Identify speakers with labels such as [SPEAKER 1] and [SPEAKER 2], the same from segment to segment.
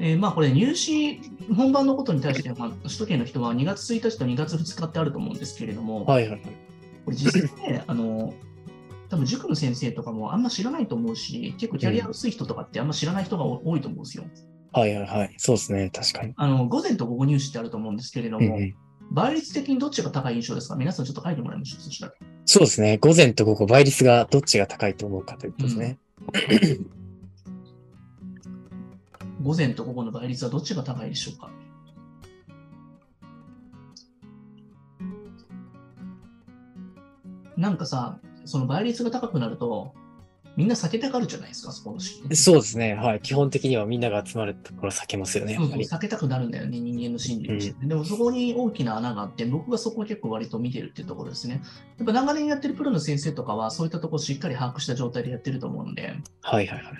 [SPEAKER 1] えーまあ、これ、入試本番のことに対して、まあ、首都圏の人は2月1日と2月2日ってあると思うんですけれども、
[SPEAKER 2] はいはいはい。
[SPEAKER 1] これ実際ね、あの、多分塾の先生とかもあんま知らないと思うし、結構キャリア薄い人とかってあんま知らない人が多いと思うんですよ。
[SPEAKER 2] はいはいはい。そうですね。確かに。
[SPEAKER 1] あの、午前と午後入試ってあると思うんですけれど
[SPEAKER 2] うん
[SPEAKER 1] も、
[SPEAKER 2] うん、
[SPEAKER 1] 倍率的にどっちが高い印象ですか皆さんちょっと書いてもらいましょう、そしたら。
[SPEAKER 2] そうですね。午前と午後、倍率がどっちが高いと思うかということですね。
[SPEAKER 1] 午前と午後の倍率はどっちが高いでしょうかなんかさ、その倍率が高くなると、みんな避けたがるじゃないですか、そこの試験。
[SPEAKER 2] そうですね。はい。基本的にはみんなが集まるところ避けますよね、や
[SPEAKER 1] そう
[SPEAKER 2] っ
[SPEAKER 1] そ
[SPEAKER 2] ぱ
[SPEAKER 1] う
[SPEAKER 2] り。
[SPEAKER 1] 避けたくなるんだよね、人間の心理として。でもそこに大きな穴があって、僕がそこを結構割と見てるっていうところですね。やっぱ長年やってるプロの先生とかは、そういったところをしっかり把握した状態でやってると思うんで、
[SPEAKER 2] はいはいはい。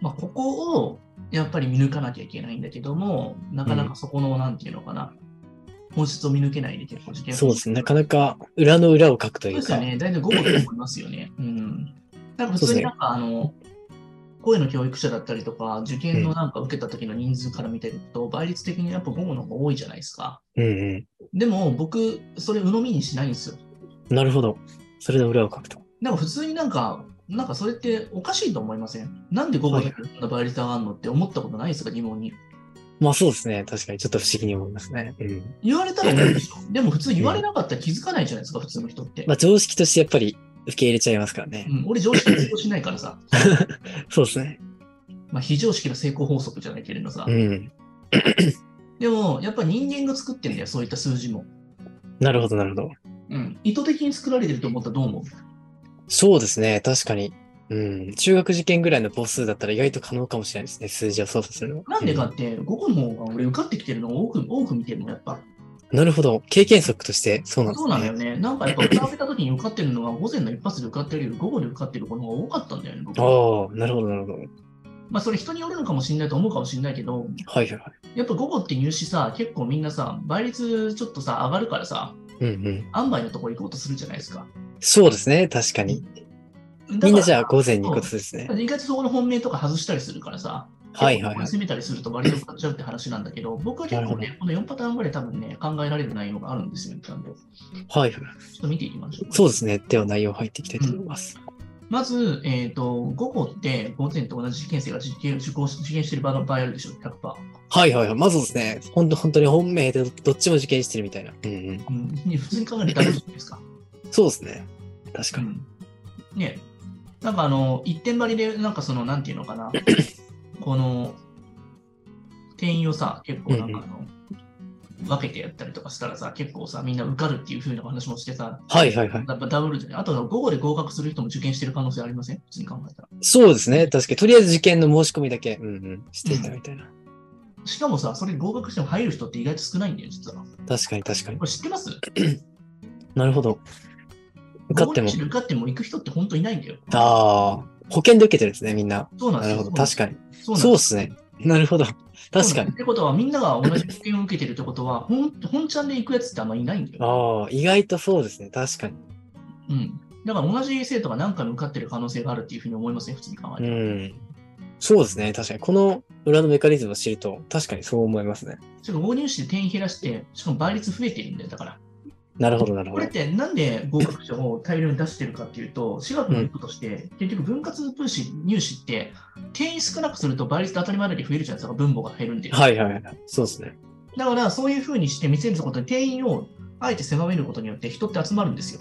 [SPEAKER 1] まあ、ここをやっぱり見抜かなきゃいけないんだけども、なかなかそこの、なんていうのかな、本質を見抜けないで結構受験
[SPEAKER 2] そうですね。なかなか裏の裏を書く
[SPEAKER 1] そ
[SPEAKER 2] と
[SPEAKER 1] う
[SPEAKER 2] い
[SPEAKER 1] で
[SPEAKER 2] う
[SPEAKER 1] すよ
[SPEAKER 2] か。
[SPEAKER 1] ね。大体午後だと思いますよね。うん。なんか普通になんか、あの、声の教育者だったりとか、受験のなんか受けた時の人数から見てると、倍率的にやっぱ午後の方が多いじゃないですか。
[SPEAKER 2] うんう
[SPEAKER 1] でも僕、それ鵜呑みにしないんですよ。
[SPEAKER 2] ん。なるほど。それの裏を書くと。
[SPEAKER 1] なんか普通になんか、なんかそれっておかしいと思いませんなんで午後にこんな倍率上がるのって思ったことないですか、疑問に。
[SPEAKER 2] まあそうですね。確かにちょっと不思議に思いますね。うん。
[SPEAKER 1] 言われたら思うでしょ。でも普通言われなかったら気づかないじゃないですか、普通の人って
[SPEAKER 2] ま。あ常識としてやっぱり受け入れちゃいますから
[SPEAKER 1] う
[SPEAKER 2] ね。
[SPEAKER 1] ん、俺常識通用しないから さ、
[SPEAKER 2] そうですね。
[SPEAKER 1] まあ、非常識の成功法則じゃないけれどさ
[SPEAKER 2] う。ん。
[SPEAKER 1] でも、やっぱ人間が作ってんだよ、そういった数字も。
[SPEAKER 2] なるほど、なるほど。
[SPEAKER 1] うん、意図的に作られてると思ったらどう思う
[SPEAKER 2] そうですね。確かに。うん。中学受験ぐらいの母数だったら意外と可能かもしれないですね。数字を操作するのは。
[SPEAKER 1] なんでか
[SPEAKER 2] う
[SPEAKER 1] って、午後の方が俺受かってきてるのを多く多く見てるの、やっぱ。
[SPEAKER 2] なるほど。経験則としてそうなんです
[SPEAKER 1] そ
[SPEAKER 2] ね。
[SPEAKER 1] うなんだよね。なんかやっぱ歌を受けた時に受かってるのが午前の一発で受かってるより午後で受かってる子の方が多かったんだよね、僕
[SPEAKER 2] ああ、なるほど、なるほど。
[SPEAKER 1] まあそれ人によるのかもしれないと思うかもしれないけど、
[SPEAKER 2] はいはいはい。
[SPEAKER 1] やっぱ午後って入試さ、結構みんなさ、倍率ちょっとさ、上がるからさ、
[SPEAKER 2] うんうん。
[SPEAKER 1] 塩梅のとこ行こうとするじゃないですか。
[SPEAKER 2] そうですね。確かに。みんなじゃあ午前に行くことですね。
[SPEAKER 1] 意外とそこの本命とか外したりするからさ、
[SPEAKER 2] はいはいはい。
[SPEAKER 1] 攻めたりすると割と買っちゃうって話なんだけど、僕は結構ね、この4パターンぐらい多分ね、考えられる内容があるんですよ、なんでちょ
[SPEAKER 2] はいはい。
[SPEAKER 1] っと見ていきましょう。
[SPEAKER 2] そうですね。では内容入っていきたいと思います。
[SPEAKER 1] まず、えっ、と、午後って午前と同じ受験生が受験受講し受験してる場合あるでしょ、100%。
[SPEAKER 2] はいはいはい。まずですね、本当本当に本命でどどっちも受験してるみたいな。うんうん。
[SPEAKER 1] うん、普通に考えるとあるじゃないですか。
[SPEAKER 2] そうですね。確かに。
[SPEAKER 1] うんねなんかあの、一点張りで、なんかその、なんていうの かな、この、店員をさ、結構なんかあの、分けてやったりとかしたらさ、結構さ、みんな受かるっていう風な話もしてさ、
[SPEAKER 2] はいはいはい。
[SPEAKER 1] やっぱダブルじゃない。あと、午後で合格する人も受験してる可能性ありません普通に考えたら。
[SPEAKER 2] そうですね。確かに。とりあえず受験の申し込みだけ、うんうん、していたみたいな。
[SPEAKER 1] しかもさ、それ合格しても入る人って意外と少ないんだよ、実は。
[SPEAKER 2] 確かに確かに。
[SPEAKER 1] これ知ってます
[SPEAKER 2] なるほど。受かって
[SPEAKER 1] 午後。入
[SPEAKER 2] も
[SPEAKER 1] 試で受かっても行く人って本当いないんだよ。
[SPEAKER 2] ああ、保険で受けてるんですね、みんな。
[SPEAKER 1] そうなんで
[SPEAKER 2] な
[SPEAKER 1] す
[SPEAKER 2] るほ
[SPEAKER 1] よ。
[SPEAKER 2] ど。確かに。
[SPEAKER 1] そうなん
[SPEAKER 2] そう
[SPEAKER 1] で
[SPEAKER 2] ですすね。なるほど。確かに
[SPEAKER 1] っ。てことは、みんなが同じ受験を受けてるってことは、ほん本ちゃんで行くやつってあんまりいないんだよ。
[SPEAKER 2] ああ、意外とそうですね。確かに。
[SPEAKER 1] うん。だから同じ生徒が何回も受かってる可能性があるっていうふうに思いますね、普通に考え
[SPEAKER 2] う
[SPEAKER 1] て。
[SPEAKER 2] ん。そうですね。確かに。この裏のメカニズムを知ると、確かにそう思いますね。
[SPEAKER 1] しかも合入試で点減らして、しかも倍率増えてるんだよ、だから。
[SPEAKER 2] なるほど、なる
[SPEAKER 1] こ
[SPEAKER 2] ほ
[SPEAKER 1] れ
[SPEAKER 2] ど
[SPEAKER 1] っ。てなんで合格者を大量に出してるかっていうと、私学の一個として、結局分割分子入試って、点少なくすると倍率当たり前より増えるじゃないですか、分母が減るんで。
[SPEAKER 2] はいはいはい。そうですね。
[SPEAKER 1] だからそういうふうにして見せることで、定員をあえて狭めることによって人って集まるんですよ。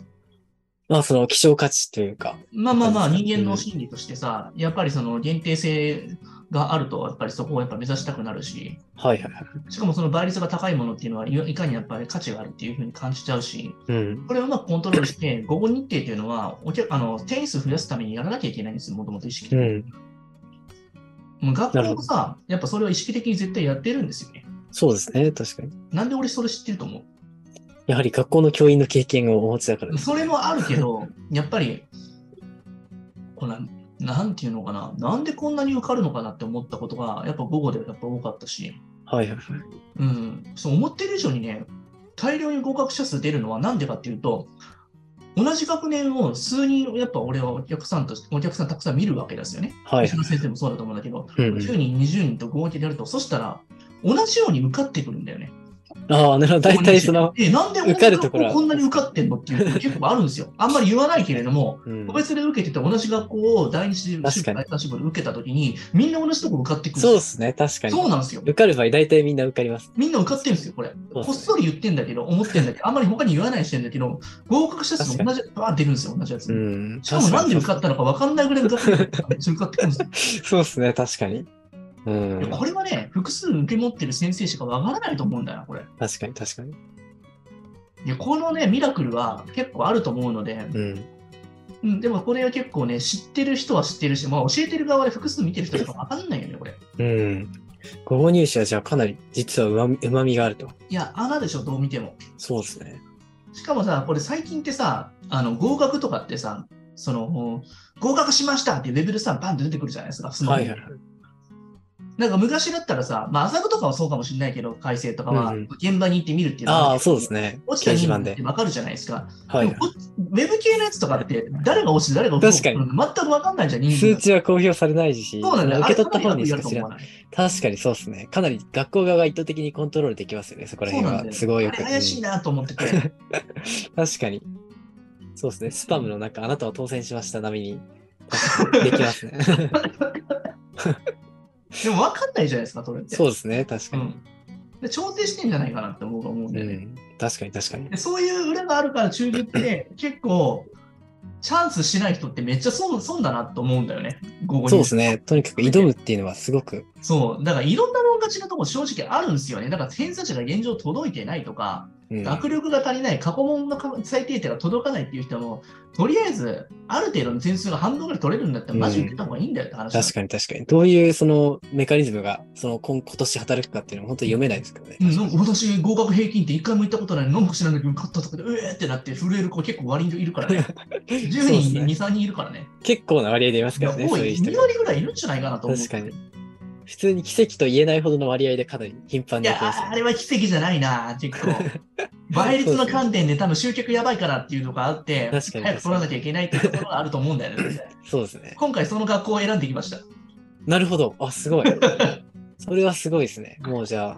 [SPEAKER 2] まあ、その希少価値というか。
[SPEAKER 1] まあまあまあ、
[SPEAKER 2] そうですね
[SPEAKER 1] 人間の心理としてさ、やっぱりその限定性があると、やっぱりそこをやっぱ目指したくなるし、
[SPEAKER 2] はいはいはい。
[SPEAKER 1] しかもその倍率が高いものっていうのはいいかにやっぱり価値があるっていうふうに感じちゃうし、
[SPEAKER 2] うん。
[SPEAKER 1] これをうまくコントロールして、午後日程っていうのは、お客あの点数増やすためにやらなきゃいけないんですよ、もともと意識
[SPEAKER 2] う
[SPEAKER 1] 的に。も
[SPEAKER 2] ん。
[SPEAKER 1] う学校もさ、やっぱそれを意識的に絶対やってるんですよね。
[SPEAKER 2] そうですね。確かに。
[SPEAKER 1] なんで俺それ知ってると思
[SPEAKER 2] やはり学校の教員の経験をお持ちだから
[SPEAKER 1] う
[SPEAKER 2] です。
[SPEAKER 1] それもあるけ ど、やっぱり、このなんていうのかな、なんでこんなに受かるのかなって思ったことが、やっぱ午後でやっぱ多かったし、
[SPEAKER 2] はいはいはい。
[SPEAKER 1] うん、そう思ってる以上にね、大量に合格者数出るのはなんでかっていうと、同じ学年を数人、やっぱ俺はお客さんとして、お客さんたくさん見るわけですよね。
[SPEAKER 2] はい。
[SPEAKER 1] うちの先生もそうだと思うんだけど、
[SPEAKER 2] うんうん
[SPEAKER 1] 10人、20人と合計でやると、そしたら、同じように受かってくるんだよね。
[SPEAKER 2] ああ、なるほど。大体その、
[SPEAKER 1] え、なんで
[SPEAKER 2] 受かるところは
[SPEAKER 1] 俺の学校こんなに受かってんのっていうの結構あるんですよ。あんまり言わないけれども、
[SPEAKER 2] うん
[SPEAKER 1] 個別で受けてて同じ学校を第二志望、
[SPEAKER 2] 確かに
[SPEAKER 1] 第三志望で受けたときに、みんな同じとこ受かってくる。
[SPEAKER 2] そうですね。確かに。
[SPEAKER 1] そうなんですよ。
[SPEAKER 2] 受かる場合、大体みんな受かります。
[SPEAKER 1] みんな受かってるんですよ、これ。
[SPEAKER 2] そうっすね
[SPEAKER 1] こっそり言ってんだけど、思ってんだけど、あんまり他に言わないしてんだけど、合格したやつも同じ、バーって出るんですよ、同じやつ。
[SPEAKER 2] うん。
[SPEAKER 1] しかもなんで受
[SPEAKER 2] 確
[SPEAKER 1] かったのか分かんないぐらい受かってる。めっちゃ受かってくるん ですよ
[SPEAKER 2] にそうですね。確かに。う
[SPEAKER 1] いや。
[SPEAKER 2] ん。
[SPEAKER 1] これはね、複数受け持ってる先生しか分からないと思うんだよな、これ。
[SPEAKER 2] 確かに、確かに。
[SPEAKER 1] いやこのね、ミラクルは結構あると思うので、
[SPEAKER 2] うん。
[SPEAKER 1] うん、でもこれは結構ね、知ってる人は知ってるし、まあ、教えてる側で複数見てる人しか分かんないよね、これ。
[SPEAKER 2] うん。ご購入者はじゃあかなり実はうまみうまみがあると。
[SPEAKER 1] いや、穴でしょ、どう見ても。
[SPEAKER 2] そうですね。
[SPEAKER 1] しかもさ、これ最近ってさ、あの合格とかってさ、その合格しましたってウェブでさ、バンって出てくるじゃないですか、スマホ
[SPEAKER 2] はい
[SPEAKER 1] に
[SPEAKER 2] はいはい。
[SPEAKER 1] なんか昔だったらさ、まあ、浅くとかはそうかもしれないけど、改正とかは、
[SPEAKER 2] うんうん
[SPEAKER 1] 現場に行ってみるっていうのは
[SPEAKER 2] ああ、そうですね。
[SPEAKER 1] 落ち
[SPEAKER 2] 掲
[SPEAKER 1] た
[SPEAKER 2] 示
[SPEAKER 1] 人
[SPEAKER 2] 板
[SPEAKER 1] 数っ
[SPEAKER 2] で
[SPEAKER 1] て。分かるじゃないですか。
[SPEAKER 2] はいは
[SPEAKER 1] でもこウェブ系のやつとかって、誰が落ちて誰が
[SPEAKER 2] 確かに
[SPEAKER 1] うん全く分かんないじゃん、
[SPEAKER 2] い。
[SPEAKER 1] 人数。
[SPEAKER 2] 数値は公表されないし、
[SPEAKER 1] そうなんだよ。
[SPEAKER 2] 受け取った方にし
[SPEAKER 1] あ
[SPEAKER 2] か
[SPEAKER 1] れ
[SPEAKER 2] 知らない。
[SPEAKER 1] 頭いいや
[SPEAKER 2] 確かにそうですね。かなり学校側が意図的にコントロールできますよね、そこら
[SPEAKER 1] つと思わないそう
[SPEAKER 2] 辺
[SPEAKER 1] なんだよ。
[SPEAKER 2] は。す
[SPEAKER 1] あれ
[SPEAKER 2] ごいよく。うん
[SPEAKER 1] 怪しいなと思って て。
[SPEAKER 2] 確かに。そうですね。スパムの中、あなたは当選しました並みに。確かにで きますね。
[SPEAKER 1] でも分かんないじゃないですか、それって。
[SPEAKER 2] そうですね。確か
[SPEAKER 1] う
[SPEAKER 2] に。
[SPEAKER 1] んで調整してんじゃないかなって僕は思うん
[SPEAKER 2] う
[SPEAKER 1] だよね。
[SPEAKER 2] ん。確かに確かに
[SPEAKER 1] で。そういう裏があるから中級って結構チャンスしない人ってめっちゃ損損だなと思うんだよね。午後に
[SPEAKER 2] そうですね。とにかく挑むっていうのはすごく。
[SPEAKER 1] そう。だからいろんな論勝ちのとこ正直あるんですよね。だから偏差値が現状届いてないとか、
[SPEAKER 2] うん、
[SPEAKER 1] 学力が足りない、過去問の最低点が届かないっていう人も、とりあえずある程度の点数が半分ぐらい取れるんだったらマジ受けた方がいいんだよって話、
[SPEAKER 2] 確かに確かに。どういうそのメカニズムがその今今年働くかっていうのは本当に読めないですからね。
[SPEAKER 1] うん、なんか私、合格平均って一回も行ったことないのに、なんか知らないけど、勝ったとかで、うえーってなって震える子結構割といるから ね。10
[SPEAKER 2] そうです
[SPEAKER 1] 人、2、
[SPEAKER 2] ね
[SPEAKER 1] 3人いるからね。
[SPEAKER 2] 結構な割合でいます
[SPEAKER 1] い
[SPEAKER 2] か
[SPEAKER 1] や、
[SPEAKER 2] らね、
[SPEAKER 1] 多
[SPEAKER 2] そういう
[SPEAKER 1] い、
[SPEAKER 2] 人
[SPEAKER 1] 2
[SPEAKER 2] が。
[SPEAKER 1] 割ぐらいいるんじゃないかなと思う。
[SPEAKER 2] 確かに。普通に奇跡と言えないほどの割合でかなり頻繁
[SPEAKER 1] い
[SPEAKER 2] に起
[SPEAKER 1] や
[SPEAKER 2] きますよ
[SPEAKER 1] あ、あ
[SPEAKER 2] ね
[SPEAKER 1] れは奇跡じゃないな、結 構。倍率の観点で多分集客やばいからっていうのがあって、
[SPEAKER 2] 確かに
[SPEAKER 1] 早く取らなきゃいけないっていうところがあると思うんだよね。
[SPEAKER 2] そうですね。
[SPEAKER 1] 今回その学校を選んできました。
[SPEAKER 2] なるほど。あ、すごい。それはすごいですね。もうじゃあ、